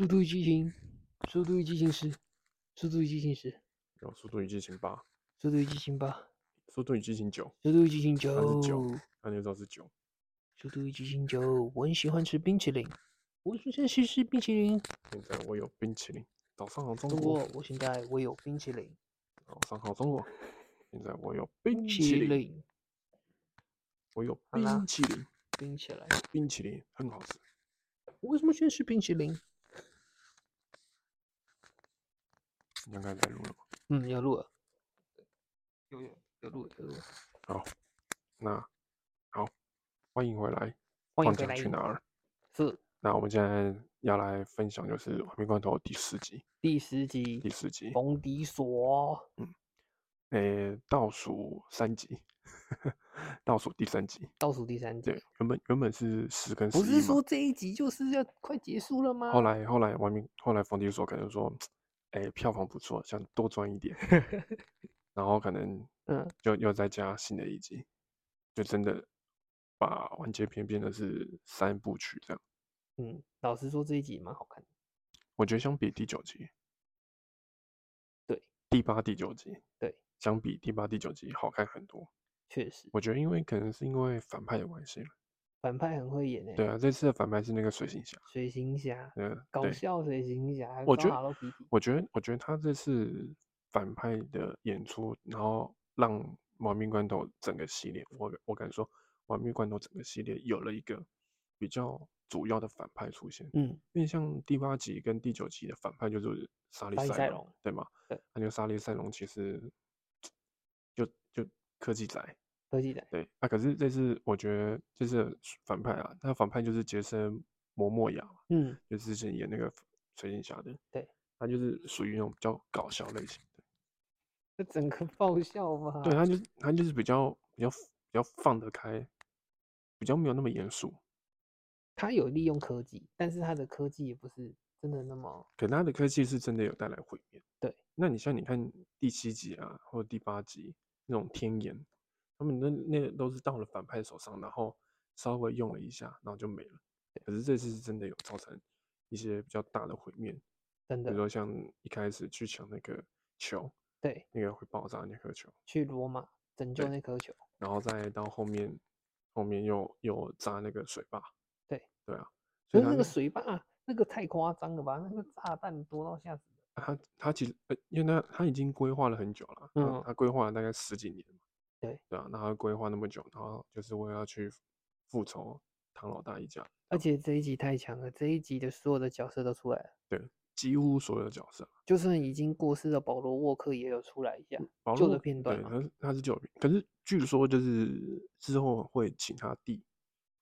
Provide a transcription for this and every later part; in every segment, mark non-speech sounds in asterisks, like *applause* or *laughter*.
速度与激情，速度与激情十，速度与激情十，然后《速度与激情八》《速度与激情八，速度与激情九》，速度与激情九，是九那你就知道是九。速度与激情九。我很喜欢吃冰淇淋，我最先去吃冰淇淋。现在我有冰淇淋，早上好中中国国，，我现在我有冰淇淋，早上 *laughs* 好中国。现在我有冰冰淇淇淋，淋，我有好啦冰淇淋，冰起来。冰淇淋很好吃。我为什么喜欢吃冰淇淋？你刚才在录了啊吗？嗯，要录了，有有有录有录。那好，欢迎回来，欢迎回放假来，去哪儿？是那我们现在要来分享就是《亡命关头》第四集，第十第集，四集，冯迪所。诶、倒数三集， *laughs* 倒数第三集。倒数第三集对，，原本原本是十跟十不是一嘛说，这一集就是要快结束了吗？ *laughs* 后来后来亡命，后来冯迪所可能说，诶、票房不错，想多赚一点， *laughs* 然后可能嗯就又再加新的一集，就真的把完结篇变成是三部曲这样。嗯，老实说这一集蛮好看的。我觉得相比第九集，对，第八、第九集，对，相比第八、第九集好看很多。确实，我觉得因为可能是因为反派的关系了。反派很会演诶、欸对，啊，这次的反派是那个水行侠，水行侠，嗯，搞对，笑水行侠，我觉高得哈喽皮皮，我觉得，我觉得他这次反派的演出，然后让《亡命关头》整个系列，我我敢说，《亡命关头》整个系列有了一个比较主要的反派出现。嗯，因为像第八集跟第九集的反派就是莎莉莎莉赛赛隆隆，对吗？对，那就莎莉赛隆其实就就科技宅，科技仔，对啊。可是这次我觉得这次的反派啊，他反派就是杰森·摩莫亚嘛，嗯，就之前演那个水行侠的，对，他就是属于那种比较搞笑类型的，这整个 *laughs* 爆笑吧，对，他啊就是他就是比较比较比较放得开，比较没有那么严肃，他有利用科技，但是他的科技也不是真的那么，可能他的科技是真的有带来毁灭。对，那你像你看第七集啊，或者第八集那种天眼，他们那那个都是到了反派手上，然后稍微用了一下，然后就没了。可是这次是真的有造成一些比较大的毁灭，真比如的，说像一开始去抢那个球，对，那个会爆炸那颗球，去罗马拯救对那颗球，然后再到后面，后面又又炸那个水坝。对对啊，可所以是他那个那水坝那个太夸张了吧，那个炸弹多到吓死人，他他其实呃，因为他他已经规划了很久了，他嗯他规划了大概十几年嘛。对对啊，那他规划那么久，然后就是为了要去复仇唐老大一家，而且这一集太强了，这一集的所有的角色都出来了。几乎所有的角色，就算已经过世的保罗沃克也有出来一下，保旧的罗片段对，嘛他是他是旧的片，可是据说就是之后会请他弟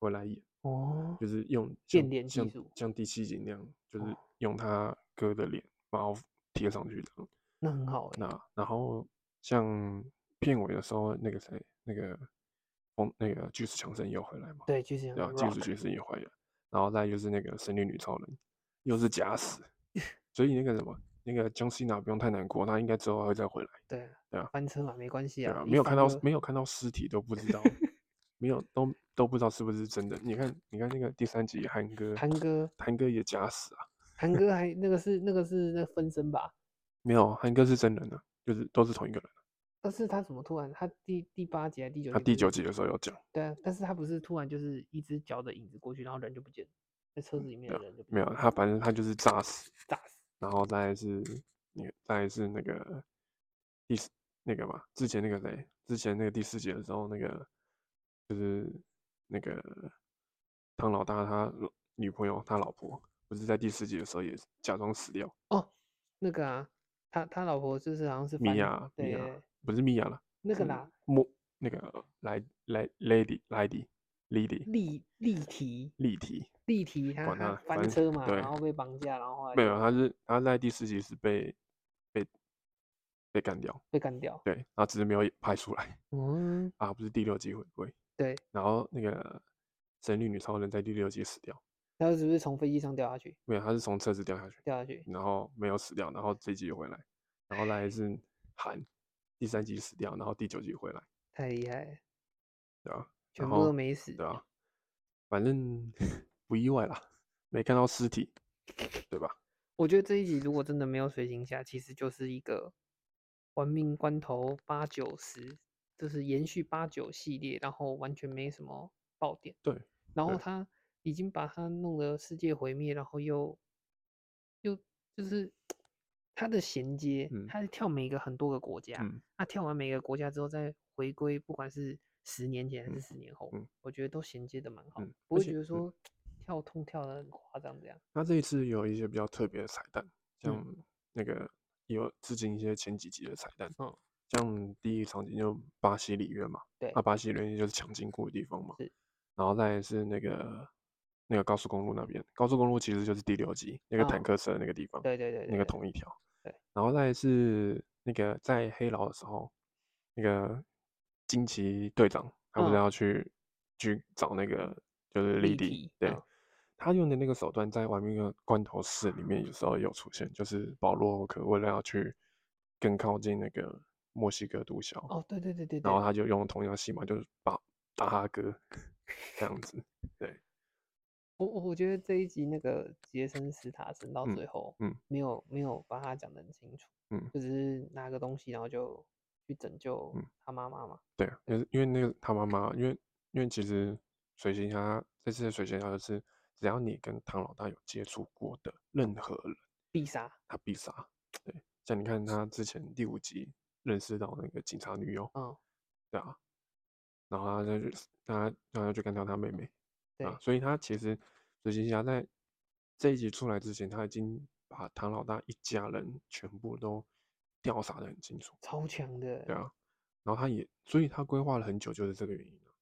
回来演，哦，就是用变像脸技像术像第七集那样，就是哦用他哥的脸然后贴上去这样。那很好哎、那然后像片尾的时候，那个谁，那个风那个巨石强森又回来嘛，对，就是这对吧啊样？巨石 Rock 巨森也回来，然后再就是那个神力女超人，又是 *laughs* 假死，所以那个什么，那个江西娜不用太难过，她应该之后还会再回来，对啊对啊翻车嘛，没关系对啊啊，，一没有看翻到就没有看到尸体都不 *laughs* 知道，没有都都不知道是不是真的。你看你看那个第三集韩哥，韩哥，韩哥也假死啊，韩哥还那个是那个是那分身吧？没有韩哥是真人啊，就是都是同一个人。但是他怎么突然他第第八集还是第九集他不啊第是九集的时候有讲，对啊，但是他不是突然就是一只脚的影子过去，然后人就不见了，在车子里面对的啊人就不没有见了他，反正他就是炸死。炸死，然后再来是那个，再来是那个第四那个嘛，之前那个谁，之前那个第四节的时候，那个就是那个汤老大他老女朋友他老婆，不是在第四节的时候也假装死掉，那个啊，他他老婆就是好像是米翻娅嗯对米娅不是米娅了，那个是啦，莫那个莱莱 lady lady lady 立立体立体，立体他管他他翻反正车嘛，对然后被绑架，然后后来没就有，他是他在第四集是被被被干掉，被干掉。对，然后只是没有拍出来嗯，啊，不是第六集回归。对，然后那个神力女超人在第六集死掉，他是不是从飞机上掉下去？没有，她是从车子掉下去，掉下去，然后没有死掉，然后这一集又回来，然后来是韩，第三集死掉，然后第九集回来，太厉害了，对吧、啊？全然部都后没死。对啊， *laughs* 反正不意外啦，没看到尸体，对吧？我觉得这一集如果真的没有水行侠，其实就是一个玩命关头八九十，就是延续八九系列，然后完全没什么爆点。对，然后对他已经把他弄得世界毁灭，然后又又就是他的衔接嗯，他跳每个很多个国家，嗯他跳完每个国家之后再回归，不管是十年前还是嗯十年后，嗯我觉得都衔接的蛮好，嗯不而会且觉得嗯说跳通跳的很夸张这样。那这一次有一些比较特别的彩蛋，嗯像那个有致敬一些前几集的彩蛋，嗯，像第一场景就巴西里约嘛，对那巴西里约就是抢金库的地方嘛，是，然后再来是那个那个高速公路那边，高速公路其实就是第六集那个坦哦克车那个地方，对对对对，那个对同一条，对，然后再来是那个在黑牢的时候，那个惊奇队长他不是嗯要去、去找那个就是立莉迪迪，对。嗯他用的那个手段在《玩命的关头四》里面有时候有出现，就是保罗沃克为了要去更靠近那个墨西哥毒枭，哦，对对对对对，然后他就用同样戏码，就是把打他哥 *laughs* 这样子。我我我觉得这一集那个杰森·斯塔森到嗯最后，嗯没有没有把他讲得很清楚，嗯就只是拿个东西，然后就去拯救嗯他妈妈嘛，对啊，就是因为那个他妈妈，因为因为其实水行侠这次的水行侠就是，只要你跟唐老大有接触过的任何人，必杀他必杀。对，像你看他之前第五集认识到那个警察女友，嗯，对啊，然后他就去他然后就干掉他妹妹，对啊，所以他其实水行侠在这一集出来之前，他已经把唐老大一家人全部都调查的很清楚，超强的。对啊，然后他也，所以他规划了很久，就是这个原因啊，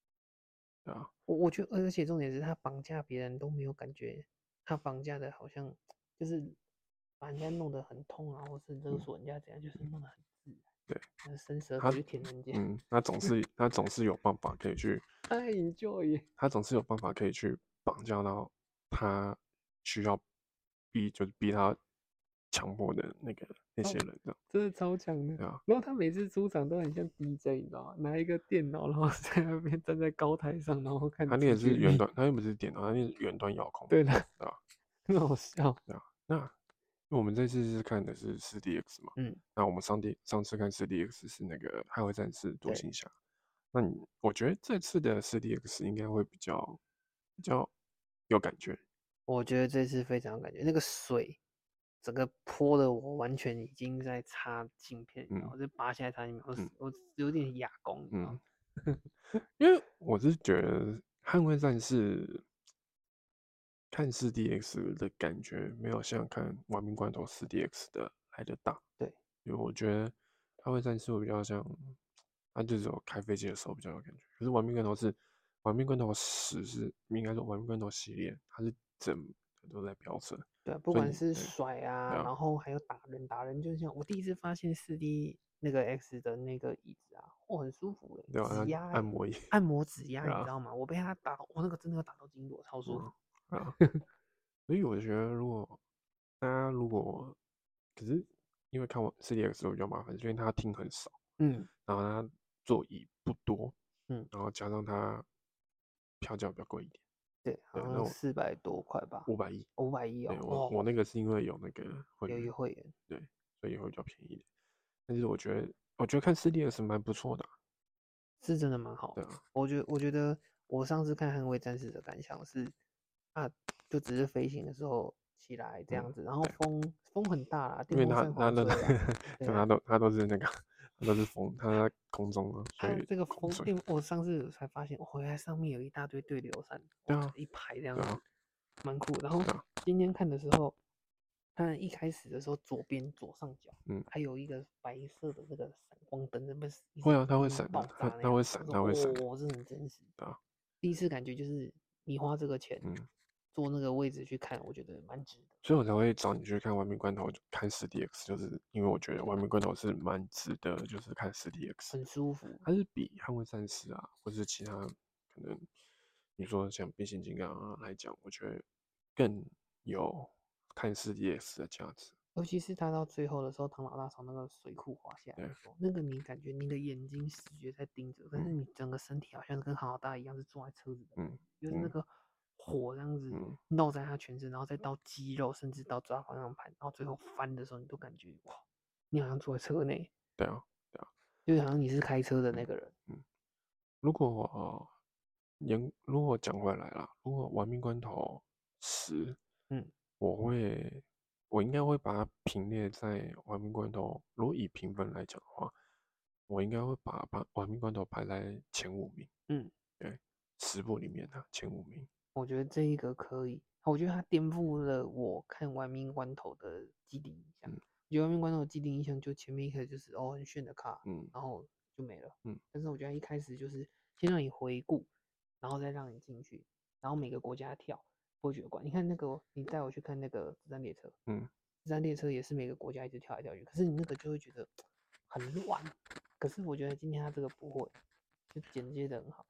对啊，我我觉得，而且重点是他绑架别人都没有感觉，他绑架的好像就是把人家弄得很痛啊，或是勒嗯索人家怎样，就是弄得很自然。对，伸舌他头去舔人家， *laughs* 嗯，他总是他总是有办法可以去，太 enjoy 了。他总是有办法可以去绑架到他需要逼，就是逼他强迫的那个那哦些人的，真的超强的。对啊然后他每次出场都很像 DJ，你知道吗？拿一个电脑，然后在那边站在高台上，然后看。他那个是远，端，他又不是电脑，他那是远端遥控，对的， *laughs* 对啊。很好笑。那因为我们这次是看的是四 DX 嘛，嗯，那我们上第上次看四 DX 是那个《捍卫战士：独对行侠》，那你我觉得这次的四 DX 应该会比较比较有感觉，我觉得这次非常有感觉，那个水整个泼的我完全已经在擦镜片，然嗯后就拔下来擦镜片，我嗯我有点哑光，你知道嗯 *laughs* 吗？，因为我是觉得《捍卫战士》看四 DX 的感觉没有像看《亡命关头》四 DX 的来的大，对，因为我觉得《捍卫战士》我比较像，它就只有开飞机的时候比较有感觉，可是《亡命关头》是《亡命关头十》是应该说《亡命关头》系列，它是整个都在飙车，对啊，不所以管你是对甩啊，对啊然后还有打人，打人就像我第一次发现四 D 那个 X 的那个椅子啊，哦，很舒服对诶、吧？指压它欸按摩椅按摩指压，对啊你知道吗？我被他打，我那个真的有打到筋络，超舒嗯服。 *laughs* 啊， *laughs* 所以我觉得如果大家如果可是因为看完 CDX 比较麻烦，所以他听很少，嗯，然后他座椅不多，嗯，然后加上他票价比较贵一点，对，好对那像我四百多块吧，五百一。五百一哦对，我我哦那个是因为有那个会有一员个，会员，所以会比较便宜一点。但是我觉得我觉得看 CDX 蛮不错的啊，是真的蛮好对的。啊，我觉我觉得我上次看《捍卫战士》的感想是，啊，就只是飞行的时候起来这嗯样子，然后对风风很大啦，因电为风他扇他狂那吹啊。 *laughs* 对他都他都是那个他都是风，他在空中啊，所它以这个空风吹电，我上次才发现，哦，原来上面有一大堆对流伞，对哇啊一排这样对啊子，蛮酷。然后对啊今天看的时候，看一开始的时候，左边左上角，嗯还有一个白色的那个闪光灯，那不是一会直啊它会一直闪的爆它炸那它样会我闪说它会闪的哦，这很真实。对啊，第一次感觉就是你花这个钱嗯。坐那个位置去看，我觉得蛮值得。所以我才会找你去看《亡命关头》，看四 DX，就是因为我觉得《亡命关头》是蛮值得，就是看四 DX，很舒服，它是比《捍卫战士》啊，或是其他可能你说像变形金刚啊来讲，我觉得更有看四 DX 的价值。尤其是他到最后的时候，唐老大从那个水库滑下来对的时候，那个你感觉你的眼睛视觉在盯着，但是你整个身体好像跟唐老大一样是坐在车子的，嗯嗯，就是那嗯个火这样子嗯弄在他全身，然后再到肌肉，甚至到抓方向盘，然后最后翻的时候，你都感觉哇，你好像坐在车内，对啊，嗯就好像你是开车的那个人。如果严，如果讲回来啦，如果玩命关头十，嗯，我会，我应该会把它评列在玩命关头。如果以评分来讲的话，我应该会把把玩命关头排在前五名。嗯，对，十部里面的、啊前五名。我觉得这一个可以，我觉得它颠覆了我看《玩命关头》的既定印象。嗯我觉得《玩命关头》的既定印象就前面一开始就是哦很炫的卡，嗯然后就没了。嗯，但是我觉得它一开始就是先让你回顾，然后再让你进去，然后每个国家跳不会觉得怪。你看那个，你带我去看那个《子弹列车》，嗯， 《子弹列车》也是每个国家一直跳来跳去，可是你那个就会觉得很乱。可是我觉得今天它这个不会，就剪接的很好。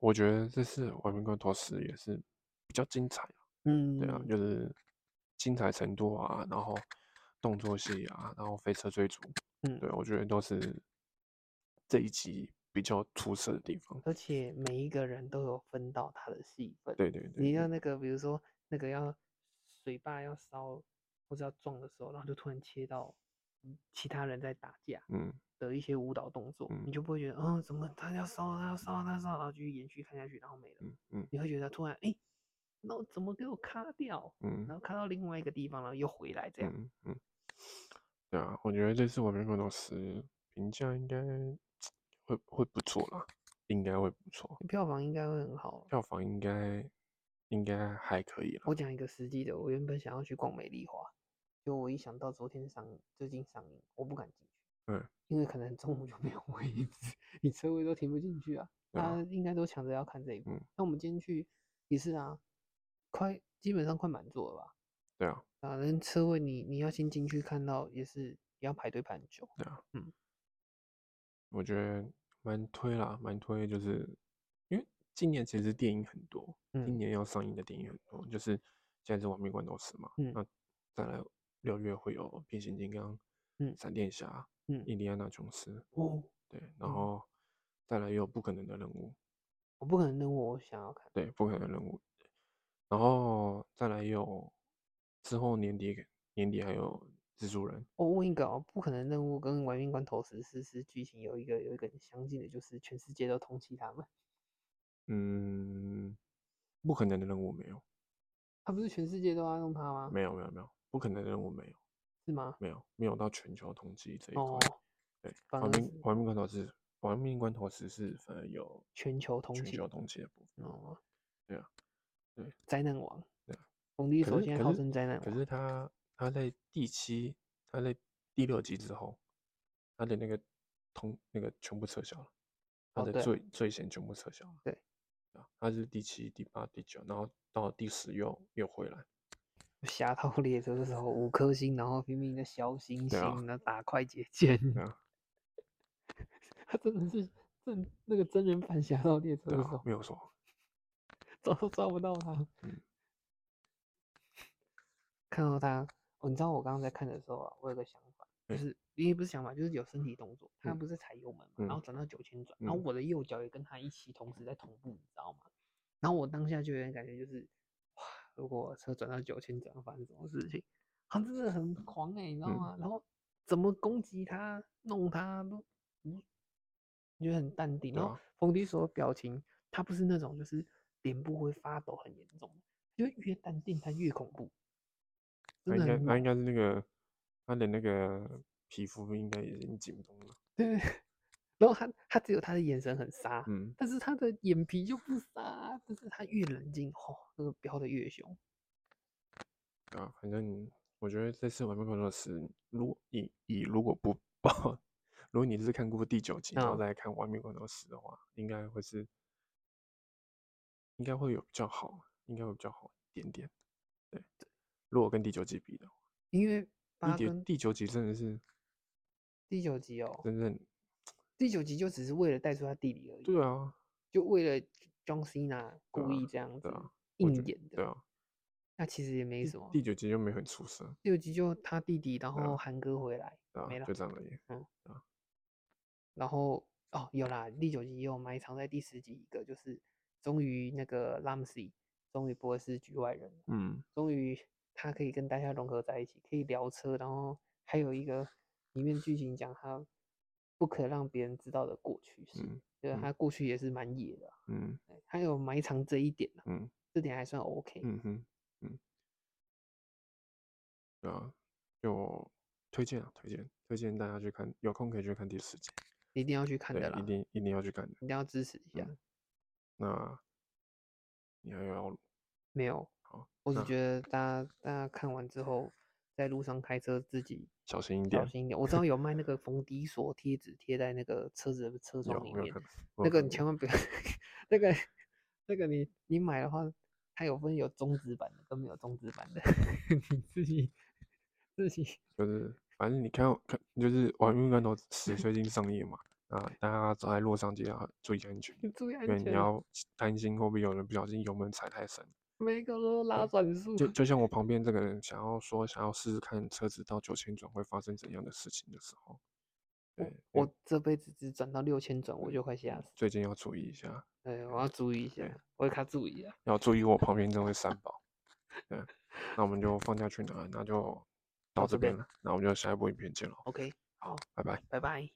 我觉得这次玩命关头十也是比较精彩。嗯，对啊，就是精彩程度啊，然后动作戏啊，然后飞车追逐，嗯对我觉得都是这一集比较出色的地方。而且每一个人都有分到他的戏份。对对对，你要那个，比如说那个要水坝要烧或者要撞的时候，然后就突然切到嗯其他人在打架嗯，的一些舞蹈动作，嗯你就不会觉得，嗯，怎么他要烧了，他要烧了，他要烧了，然后继续延续看下去，然后没了。嗯嗯你会觉得突然，哎、那我怎么给我卡掉？嗯然后卡到另外一个地方，然后又回来这样。嗯嗯，对啊，我觉得这次我们工作室评价应该会会不错啦，应该会不错，票房应该会很好。啊票房应该应该还可以啦。我讲一个实际的，我原本想要去逛美丽华，就我一想到昨天上映，最近上映，我不敢进去。嗯，因为可能中午就没有位置， *laughs* 你车位都停不进去啊。对啊大家应该都抢着要看这一部。嗯那我们今天去也是啊，快基本上快满座了吧？对啊，啊，那车位你你要先进去看到也是也要排队排很久。对啊，嗯，我觉得蛮推啦，蛮推，就是因为今年其实电影很多，今嗯年要上映的电影很多，就是现在是《亡命关头十》嘛，嗯那再来六月会有《变形金刚》、嗯闪电侠、嗯，印第安纳琼斯，我对，然嗯后再来也有不可能的任务，我不可能任务我想要看。对，不可能任务，然后再来也有之后年底年底还有蜘蛛人，我问一个哦，不可能任务跟玩命关头十四是剧情有一个有一个很相近的，就是全世界都通缉他们。嗯，不可能的任务没有，他不是全世界都要弄他吗？没有没有没有，不可能的任务没有。是吗？没有没有到全球统计这一块。哦，对，反亡而是命亡命关头是亡命关头十是反而有全球通全缉球统计的部分。哦，对啊对，灾难王对啊，冯迪可首是先可号是称灾难可王，是他他在第七，他在第六集之后，他的那个通那个全部撤销了，他哦的对罪罪嫌全部撤销了。对啊，他是第七、第八、第九，然后到第十又又回来。侠盗猎车的时候五颗星，然后拼命的消星星，对啊然后打快捷键，啊 *laughs* 他真的是真那个真人版侠盗猎车对的时啊候，，没有错。抓都抓不到他嗯。看到他，哦，你知道我刚刚在看的时候啊，我有个想法，就嗯是也不是想法，就是有身体动作，他嗯不是踩油门嘛，然后嗯转到九千转，然后嗯我的右脚也跟他一起同时在同步，你知道吗？然后我当下就有点感觉就是，哇，如果车转到九千转会发生什么事情？他真的很狂哎、你知道嗯吗？然后怎么攻击他、弄他都不，你觉得很淡定。对然后啊冯迪所的表情，他不是那种就是脸部会发抖很严重的，就越淡定他越恐怖，他真的应该很他猛。啊应该是那个他的那个皮肤应该已经紧绷了。对对对。 *laughs* 然后他他只有他的眼神很杀，嗯。但是他的眼皮就不杀，但是他越冷静，哦，那个飙的越凶。啊，反正我觉得这次《玩命关头十》，如果以以如果不报，如果你是看过第九集，然后嗯再来看《玩命关头十》的话，应该会是，应该会有比较好，应该会比较好一点点。对，如果跟第九集比的话，因为八第九跟第九集真的是第九集哦，真正第九集就只是为了带出他弟弟而已。对啊，就为了 John Cena 故啊意这样子对啊，我觉硬演对的，啊，那其实也没第什么。第九集就没很出色，六集就他弟弟，然对啊后韩哥回来，对啊没，了就这样而已。然后哦有啦，第九集也有埋藏在第十集一个，就是终于那个 Ramsey 终于不会是局外人了，嗯，终于他可以跟大家融合在一起，可以聊车，然后还有一个里面剧情讲他不可让别人知道的过去是，嗯就是嗯他过去也是蛮野的啊，嗯对他有埋藏这一点啊嗯这点还算 OK，嗯哼嗯，对啊，就推荐啊，推荐推荐大家去看，有空可以去看第四集，一定要去看对的，啦，一定一定要去看的。一定要支持一下。嗯那你还要没有，好，我只那觉得大家大家看完之后，在路上开车自己小心一小点，心一点。我知道有卖那个逢迪锁贴纸贴在那个车子的车有窗里我有面看，，那我有个看你过千万不要， *laughs* 那个那个你你买的话，它有分有中指版的跟没有中指版的， *laughs* 你自己自己就是反正你看到看就是《玩命关头十》最近上映嘛，啊，大家走在路上记得要注意安全，注意安因为你全，要担心会不会有人不小心油门踩太深。每个都拉转速，就就像我旁边这个人想要说想要试试看车子到九千转会发生怎样的事情的时候，对，你我这辈子只转到六千转，我就快吓死。最近要注意一下，对，我要注意一下对，我给他注意啊。要注意我旁边这位三宝。对，那我们就放假去哪，那就到到这这边边了，那我们就下一部影片见喽， OK，好，拜拜。拜拜。